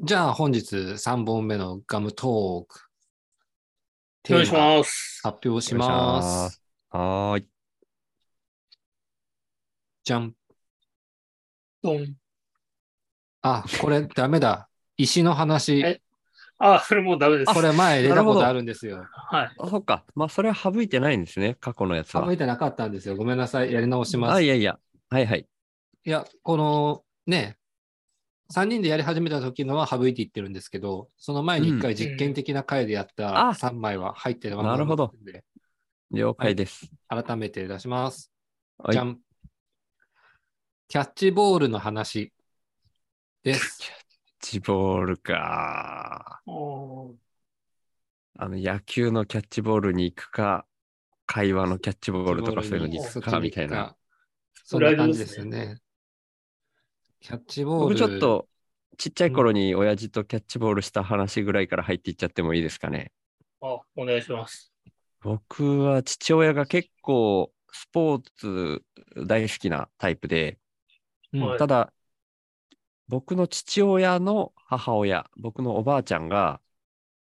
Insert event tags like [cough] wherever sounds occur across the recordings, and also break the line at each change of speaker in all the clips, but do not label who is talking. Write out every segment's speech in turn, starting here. じゃあ本日3本目のガムトーク。
お願いし
テーマ
ます。
発表します。
お願いしますはーい。
じゃん。
ドン。
あ、これダメだ。石の話。
えあ、それもうダメです。
これ前出た
なる
こ
ほ
と
ど
あるんですよ。
はい。
あ、そっか。まあ、それは省いてないんですね。過去のやつは。
省いてなかったんですよ。ごめんなさい。やり直します。
あ、
い
いやいや。はいはい。
や、このね、3人でやり始めた時のは省いていってるんですけど、その前に1回実験的な回でやった
んあ
3枚は入ってるまま
なるほど
んで。
了解です。
改めて出します。
はい
じゃん。キャッチボールの話です。
キャッチボールか。
おー
あの、野球のキャッチボールに行くか、会話のキャッチボールとかそういうのに行くか、みたいな。。
そんな感じですよね。キャッチボー
僕
ル。
ちょっと、ちっちゃい頃に親父とキャッチボールした話ぐらいから入っていっちゃってもいいですかね。
あ、お願いします。
僕は父親が結構スポーツ大好きなタイプで、
うん、
はい
ただ、僕の父親の母親、僕のおばあちゃんが、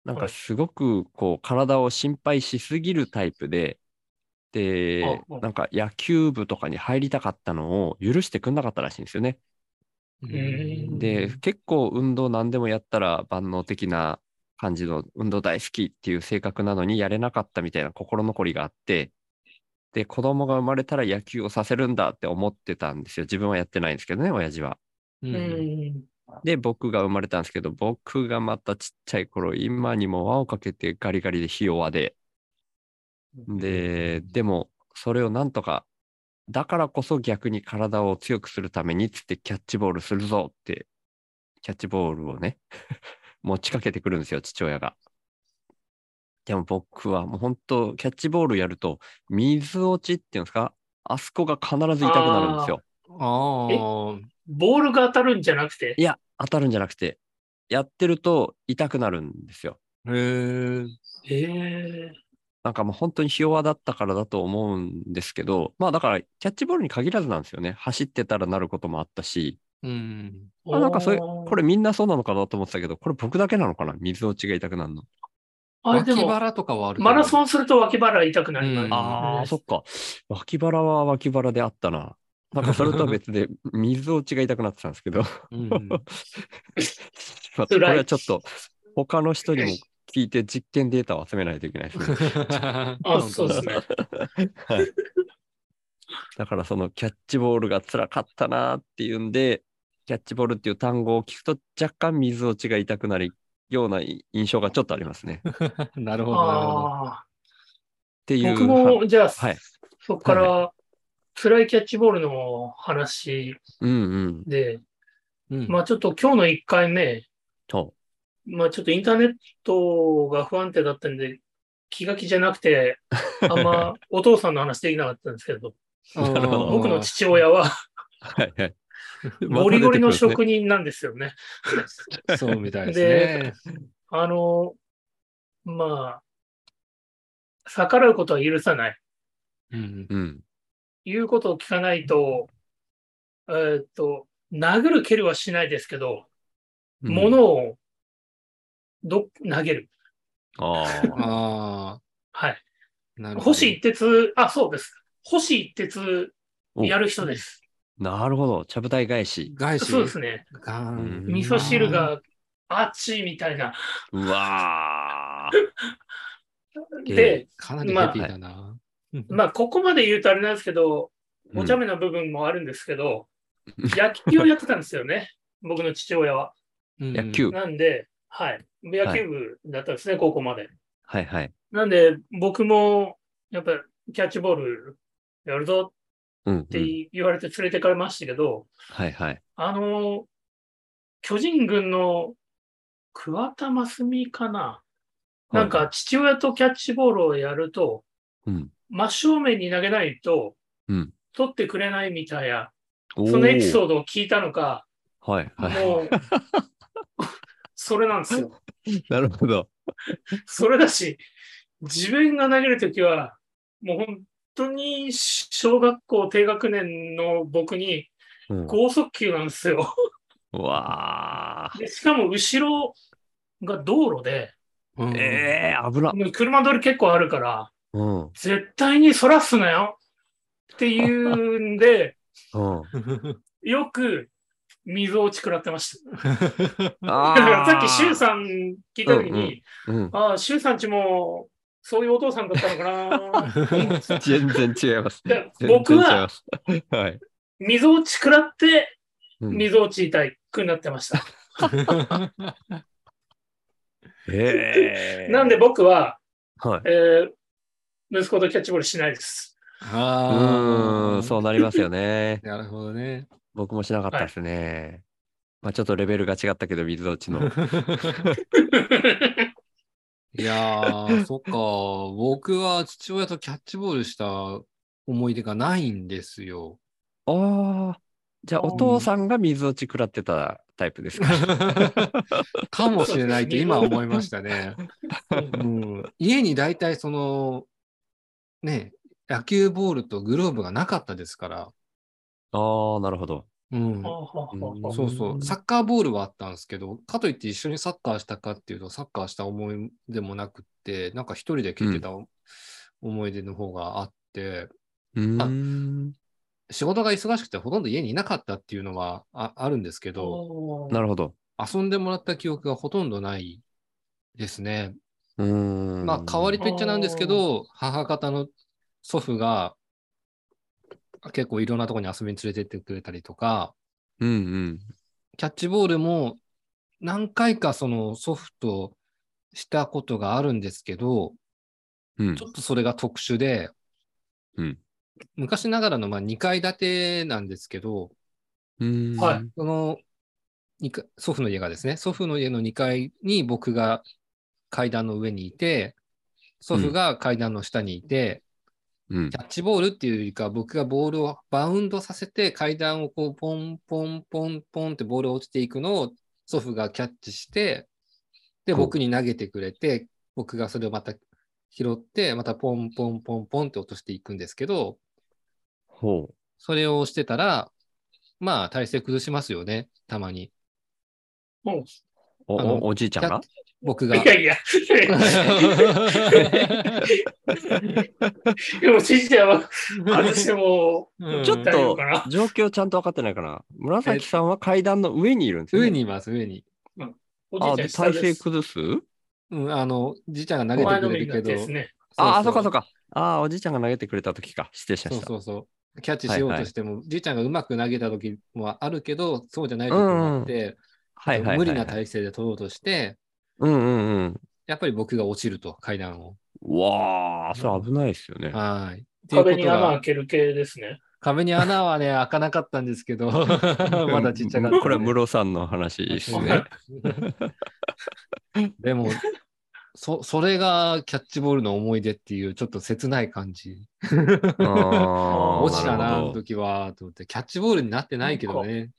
なん
は
か
い
すごくこう体を心配しすぎるタイプで、で
ああ、
なんか野球部とかに入りたかったのを許してくんなかったらしいんですよね。
うん
で、結構運動何でもやったら万能的な感じの運動大好きっていう性格なのにやれなかったみたいな心残りがあって、で、子供が生まれたら野球をさせるんだって思ってたんですよ。自分はやってないんですけどね、親父は。
う。
うんん。
で、僕が生まれたんですけど、僕がまたちっちゃい頃、今にも輪をかけてガリガリでひ弱で。で、でも、それをなんとか、だからこそ逆に体を強くするためにっつってキャッチボールするぞって、キャッチボールをね、 [laughs] 持ちかけてくるんですよ、父親が。でも僕はもう本当、キャッチボールやると、水落ちっていうんですか、あそこが必ず痛くなるんですよ。
ああ。
ボールが当たるんじゃなくて、
いや、当たるんじゃなくて、やってると痛くなるんですよ。
へえ。
ええ
なんかもう本当にひ弱だったからだと思うんですけど、まあだからキャッチボールに限らずなんですよね。走ってたらなることもあったし、
うん。
あなんかそれこ
れ、
れみんなそうなのかなと思ってたけど、これ僕だけなのかな水落ちが痛くなるの。
あ、
脇
でも、
腹とかはある
マラソ
ン
ンすると脇腹痛くなります。
うん
ああ、そっか。脇腹は脇腹であったな。なんかそれとは別で水落ちが痛くなってたんですけど、 [laughs]
うん。
まあこれはちょっと他の人にも聞いて実験データを集めないといけないですね。
あ、そうですね。
はい、だからそのキャッチボールが辛かったなっていうんでキャッチボールっていう単語を聞くと若干水落ちが痛くなるような印象がちょっとありますね。っ
なるほど、なるほど。
ああ
てい
ー、僕
う
も、じゃあ、
はい
そこから、
は
辛いキャッチボールの話
うんうん
で、
うん
まあちょっと今日の1回目、
そ
まあちょっとインターネットが不安定だったんで、気が気じゃなく
[laughs]
て、あんまお父さんの話できなかったんですけど、
なるほど
僕の父親は
うはいはい。
ゴリゴリの職
人
人なんですよね。
そうみたいですね。
あの、まあ、逆らうことは許さない。
うん。
うん
言うことを聞かないと、えーっと、殴る蹴るはしないですけど、
うん。
物をど投げる。
あー
あ
は
あ、
い。
なるほど。
星一徹、あ、そうです。星一徹やる人です。
なるほど。ちゃぶ台返し。
外資
そうですね。
ガーン
うん
味噌汁があっちみたいな。
うわー
で、
かなりヘビーだな。うん
まあ、ここまで言うとあれなんですけど、
うん
お茶目な部分もあるんですけど、
うん
野球をやってたんですよね、 [laughs] 僕の父親は。
うん
野球。
なんで、はい、野球部だったんですね、高校まで。
はいはい。
なんで、僕もやっぱキャッチボールやるぞ
うん
っ
う
て
ん。
言われて連れてかれましたけど、
はいはい。
あの、巨人軍の桑田真澄かな、なんか父親とキャッチボールをやると、
うん。
真正面に投げないと、
うん
取ってくれないみたいな、
そ
そのエピソ
ー
ードを聞いたのか、
ド。はいはい。
もう、それなんですよ。
なるほど。
それだし、自分が投げるときは、もう本当に小学校低学年の僕に
うん
高速球なんですよ。
うわ
でしかも後ろが道路で、
うん
ええー、危な。
車通り結構あるから、
うん。うん。
絶対にそらすなよっていうんで、よく水を打ち食らってました。
あ
だからさっき周さん聞いたとき
うんう
に、
ん。うん。
ああ、周さんちもそういうお父さんだったのかな。
全然違います。
で [laughs]
全然
僕は
違います。はい。
水を打ち食らって、
うん、
水を打ち痛いくなってました。
ええ
なんで僕は、
はい。
えー息子とキャッチボールしないです。
う
[laughs] あ
ー
あ。
ん、そうなります
[laughs]
よね。
なるほどね。
僕もしなかったですね。まあちょっとレベルが違ったけど、水落ちの。
いやー、 [laughs] そっか。僕は父親とキャッチボールした思い出がないんです [laughs] よ。
ああ、じゃあお父さんが水落ち食らってたタイプですか。
かもしれないって今思いましたね。うん、家に大体その、ね、野球ボールとグローブがなかったですから。
ああ、なるほど。
うん
はあ。はあはあ
うん
そうそう。サッカーボールはあったんですけど、かといって一緒にサッカーしたかっていうと、サッカーした思いでもなくって、なんか一人で蹴ってた思い出の方があって、
うーん。
仕事が忙しくてほとんど家にいなかったっていうのはああるんですけど、
な
なるほど。
遊んでもらった記憶がほとんどないですね。
うーん。
まあ、代わりと言っちゃなんですけど、母方の祖父が結構いろんなところに遊びに連れてってくれたりとか、
うんうん。
キャッチボールも何回かその祖父としたことがあるんですけど、
うん
ちょっとそれが特殊で、
うん
昔ながらのまあ2階建てなんですけど、
うーん。
はい
その二階祖父の家がですね、祖父の家の2階に僕が階段の上にいて、祖父が階段の下にいて、
うん
キャッチボールっていうよりか、僕がボールをバウンドさせて、階段をこう、ポンポンポンポンってボールが落ちていくのを祖父がキャッチして、で、
お
僕に投げてくれて、僕がそれをまた拾って、またポンポンポンポンって落としていくんですけど、
ほう。
それをしてたら、まあ、体勢崩しますよね、たまに。
お、
あの
おおじいちゃんが
僕
い
が。
やいや、
[laughs]
でも知事ちゃんは、私も
うん
ちょっ
大丈夫
と
かな
状況ちゃんと分かってないかな。紫さんは階段の上にいるんですよ、ね。
上。にいます、上に。
おじ
あ
いちゃん
で
下
体勢
です。
崩す
うん、あの、じいちゃんが投げ
前
て
の
く
め
れ
り
る
にな
け
って
ど。
ですね。
ああ、そうかそうか。ああ、おじいちゃんが投げてくれた時か。失礼しま
そう
した。
そうそう。キャッチしようとしても、じいちゃんがうまく投げた時もあるけど、そうじゃない時もあって、
はいはいはい、はい。
無理な体勢で取ろうとして、
うんうんうん。
やっぱり僕が落ちると、階段を。
うわあ、それ危ないですよね。
はい。っていうこと
壁に穴
が
開ける系ですね。
壁に穴はね、開かなかったんですけど、
[laughs]
まだちっちゃかったんで。
これは室さんの話ですね。
はい [laughs] でも、そ、それがキャッチボールの思い出っていう、ちょっと切ない感じ。
あー
落ちた
な
な、あ
る
の
ほど
時は、と思って、キャッチボールになってないけどね。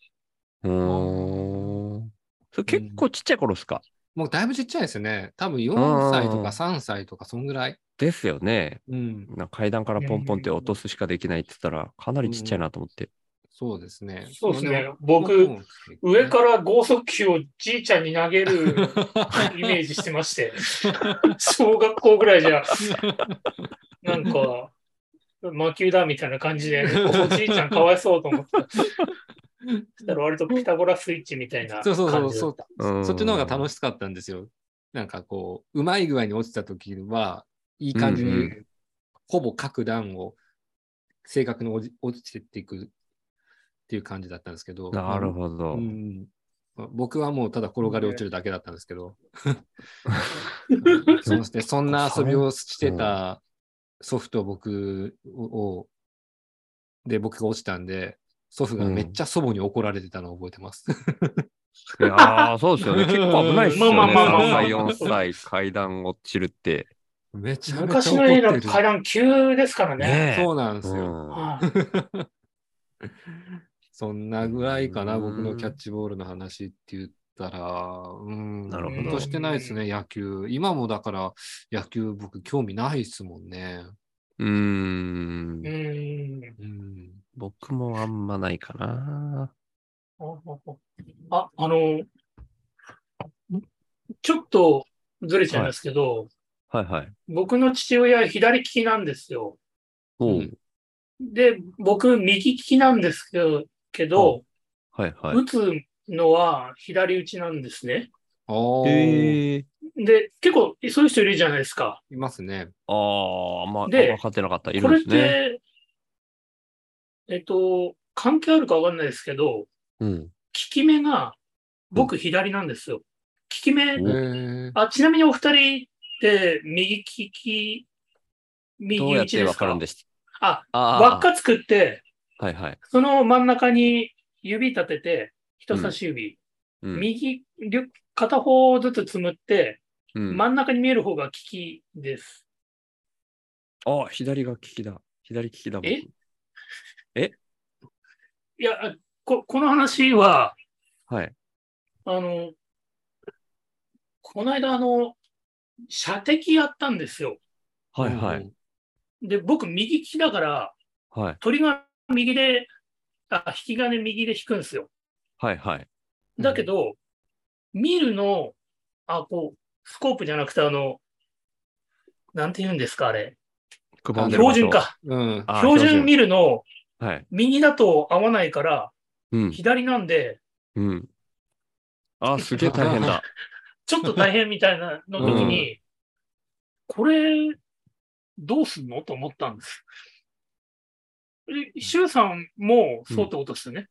うーん。それ結構ちっちゃい頃ですか、
もうだいぶちっちゃいですよね。多分
うん
4歳とか3歳とか、そんぐらい。
ですよね。
うん、
なんか階段からポンポンって落とすしかできないって言ったら、かなりちっちゃいなと思って。
そうですね。
そうですね。
それで。
僕、
も
上から剛速球をじいちゃんに投
[laughs]
げるイメージしてまして、小学校ぐらいじゃ、なんか、魔球だみたいな感じで、おじいちゃんかわいそうと思ってた。そしたら割とピタゴラスイッチみたいな感じ
そうそうそう
だ
そ
っ
う
た。
うん
そっちの方が楽しかったんですよ。なんかこう、うまい具合に落ちた時は、いい感じ
うんう
に、ほぼ各段を正確に落ち落ちてっていくっていう感じだったんですけど。
なるほど。
うんまあ僕はもうただ転がり落ちるだけだったんですけ
[laughs]
ど。そうですね。そんな遊びをしてた祖父と僕を、で、僕が落ちたんで、祖父がめっちゃ祖母に怒られてたのを覚えてます。
い
[laughs]
やーそうですよね。結構危ないですよね。
まあまあまあまあ
3歳、4歳、階段落ちるって。
めちゃめちゃ
昔
怒
の
っ
家
て
の
る。
階段急ですからね。
ねえ。
[laughs] そうなんです
う
よ。
ん
はい
そんなぐらいかな、
うん
僕のキャッチボールの話って言ったら、うん、
なるほど
ほんとしてないですね、野球。今もだから、野球僕興味ないですもんね。
うー
う。
ん
ん。
うん。
僕もあんまないかな。
あ、あの、ちょっとずれちゃいますけど、
はいはい。
僕の父親左利きなんですよ。
おう
うん
で、僕右利きなんですけど、けど
はいはい。
打つのは左打ちなんですね。
おー、
えー、
で、結構そういう人いるじゃないですか。
いますね。
ああ、まあ、
で
分かってなかった。いる
こ
ん
れっ
ですね。
て、えっと、関係あるかわかんないですけど、効
うん。
き目が僕左なんですよ。効き目
え、ー、
あ、ちなみにお二人って右利き、
どう
右
や
打
っ
ち
て
で
分
す
か
か
るんです
あ、
あー
輪っか作って、
はいはい。
その真ん中に指立てて、人差し指、
うん
右、両片方ずつつむって、
うん
真ん中に見える方が利きです。
あ、左が利きだ。左利きだもん。
えいや、あここの話は、
はい。
あの、この間、あの、射的やったんですよ。
はいはい。
で、僕、右利きだから、
はい。
鳥が右で、あ、引き金右で引くんですよ。
はいはい。
だけど、見るの、あ、こう、スコープじゃなくて、あの、なんて言うんですか、あれ。
く
あ
ぼんでる場
標準。
所
か。
うん。
あー
標準。見るの、
はい。
右だと合わないから、
うん。
左なんで、
うん。あー、すげえ大変だ。
ちょっと大変みたいなの時に、これ、どうすんのと思ったんです。で、周さんもそうってことですよね。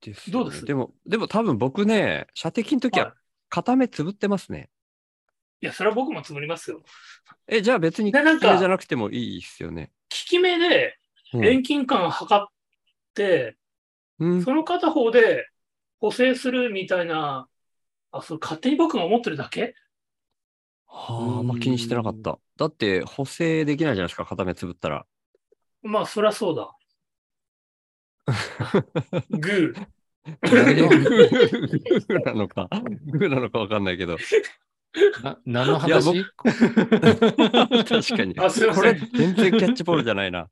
です
どう
ね
です
でも、でも多分僕ね、射的の時
は
はい片目つぶってますね。
いや、それは僕もつぶりますよ。効
え、じゃあ別に
でなん
利き
か
目じゃなくてもいいっすよね。
き目で
うん
遠近感測って、
うん。
その片方で補正するみたいな、あ、それ勝手に僕が思ってるだけ
はあ、あんま気にしてなかった。だって補正できないじゃないですか、片目つぶった
[laughs]
ら。 [laughs]
まあ、そりゃそうだ。グー。
誰の
グーなのか、グーなのかわかんないけど。
な何の
いや
話
僕確かに。
あすいません
これ、全然キャッチボールじゃな
[laughs]
いな。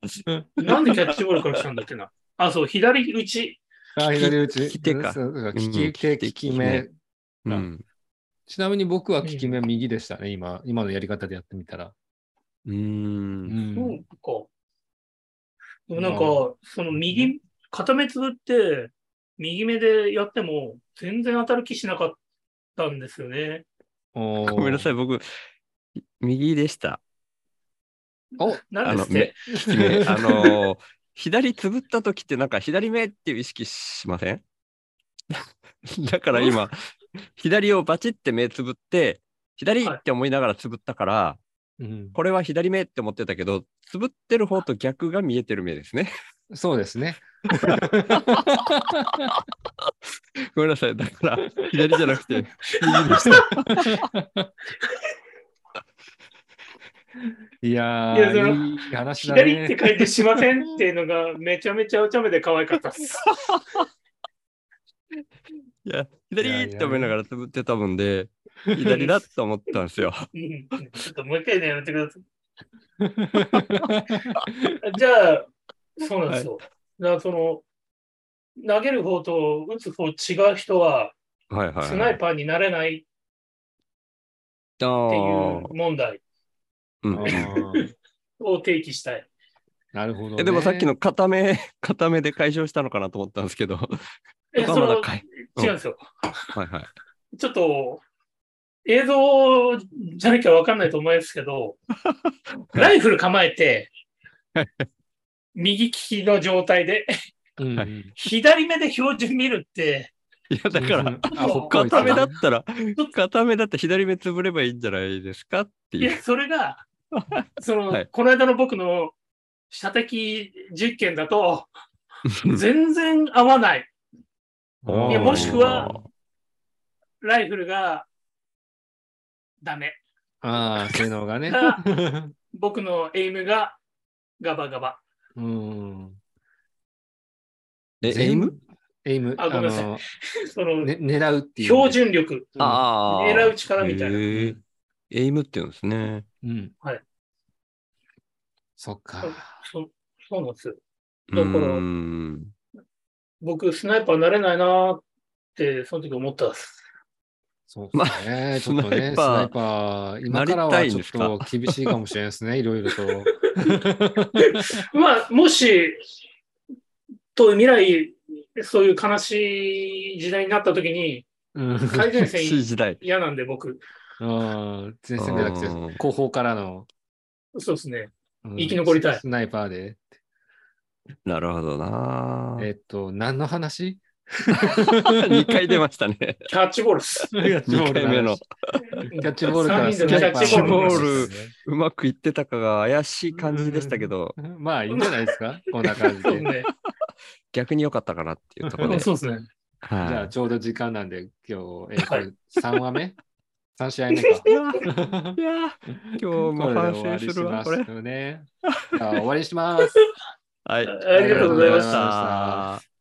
なんでキャッチボールから来たんだっけな。あ、そう、左打ち。
あ左打ち。
利き手か
そうそう
うん
利き手、
利き手
利き目。
うん。
ちなみに僕は利き目右でしたね、今、今のやり方でやってみたら。
うー。
うん。
そうんか。でもなんか
う、
その右、片目つぶって、右目でやっても、全然当たる気しなかったんですよね。
ご
ごめんなさい、僕、右でした。
お
な
あ
んで
の
す、
目
ね。、
利き
[laughs]
目。あのー、左つぶった時って、なんか左目っていう意識しません [laughs] だから今、左をバチって目つぶって、左って思いながらつぶったから、
うん
これは左目って思ってたけど、つぶってる方と逆が見えてる目ですね。 [laughs]
[laughs] そうですね。
ごめんなさい。だから、左じゃなくて、
右
[laughs]
でした。いや
いやその
ー、いい話だね。
[laughs]
[laughs]
左って書いてしませんっていうのが、めちゃめちゃおちゃめで可愛かったです。
いや、左って思いながらつぶってたもんで、左だと思ったんですよ。
うんちょっともう一回ね、やめてください。じゃあ、そうなんですよ。だからその、投げる方と打つ方違う人は、
はいはい。
スナイパーになれない
あ
ってい
ー
う問題
うん
うん
を提起したい。
なるほど、ね。
えでもさっきの片目、片目で解消したのかなと思ったんですけど、
え、
ま
その
だ
違
解
うんですよ。
はいはい。
ちょっと、映像じゃなきゃわかんないと思うんですけど、
い
ライフル構えて
はい、
右利きの状態で、
うん、
はい
左目で標準見るって、
いや、だか
う
ら、
ん、あほっこり
片目だ
た
ったら、片目だったら左目つぶればいいんじゃないですかって
い
[laughs] いう。
や、それが、その、
はい
この間の僕の射的実験だと、全然合わない。
うん
いやもしくは、ライフルがダメ。
ああ、性能がね。
が僕のエイムがガバガバ。
うん。
え、エイム
エイム。
あごめんなさい
の
その、
ね、狙うっていう。
標準力、
うん。
ああ。
狙う力みたいな。
へえエイムって言うんですね。
うん。
はい。
そっか。
そそうなんですよ。
う
だから
ーん。
僕、スナイパーなれないなーって、その時思ったんです。 [laughs]
そうですね。ちょっとね、ス
スナ
ナ
イ
イパー、
な
今
り
から
た
はい
ん
ちょ
で
っ
すか
と厳しいかもしれないですね、いろいろと。
まあ、もし、と未来、そういう悲しい時代になった時
[laughs]
に、
うん、
最前
厳しい
線
時代。
嫌なんで僕、
[laughs] うん前線じゃなくて
うん、
後方からの、
そうですね。
うん
生き残りたい
スナイパーで。
なるほどな。 [laughs]
えっと、何の話
2回出ましたね。
キャッチボールです。
キャッチボー
2
ル
回目の。
キャッチボールから
[laughs] 三人でキャッ
スナ
チボール
イパの話ですね
うまくいってたかが怪しい感じでしたけど、
まあいいんじゃないです
[laughs]
か、こんな感じ
そう
で。
です
じ
ね。
逆に良かったかなっていうところで。
そうですね。
ゃあ
は
ちょうど時間なんで、今日、えっ
はい
と、3話目 ?3 試合目か。
い。いやいや今日も
これで
反
終わ
省
り
す
し
るわ、
ま
こ
す
れ。
よね。じゃあ終わりにします。
はい。
ありがとうございました
ありがとうございました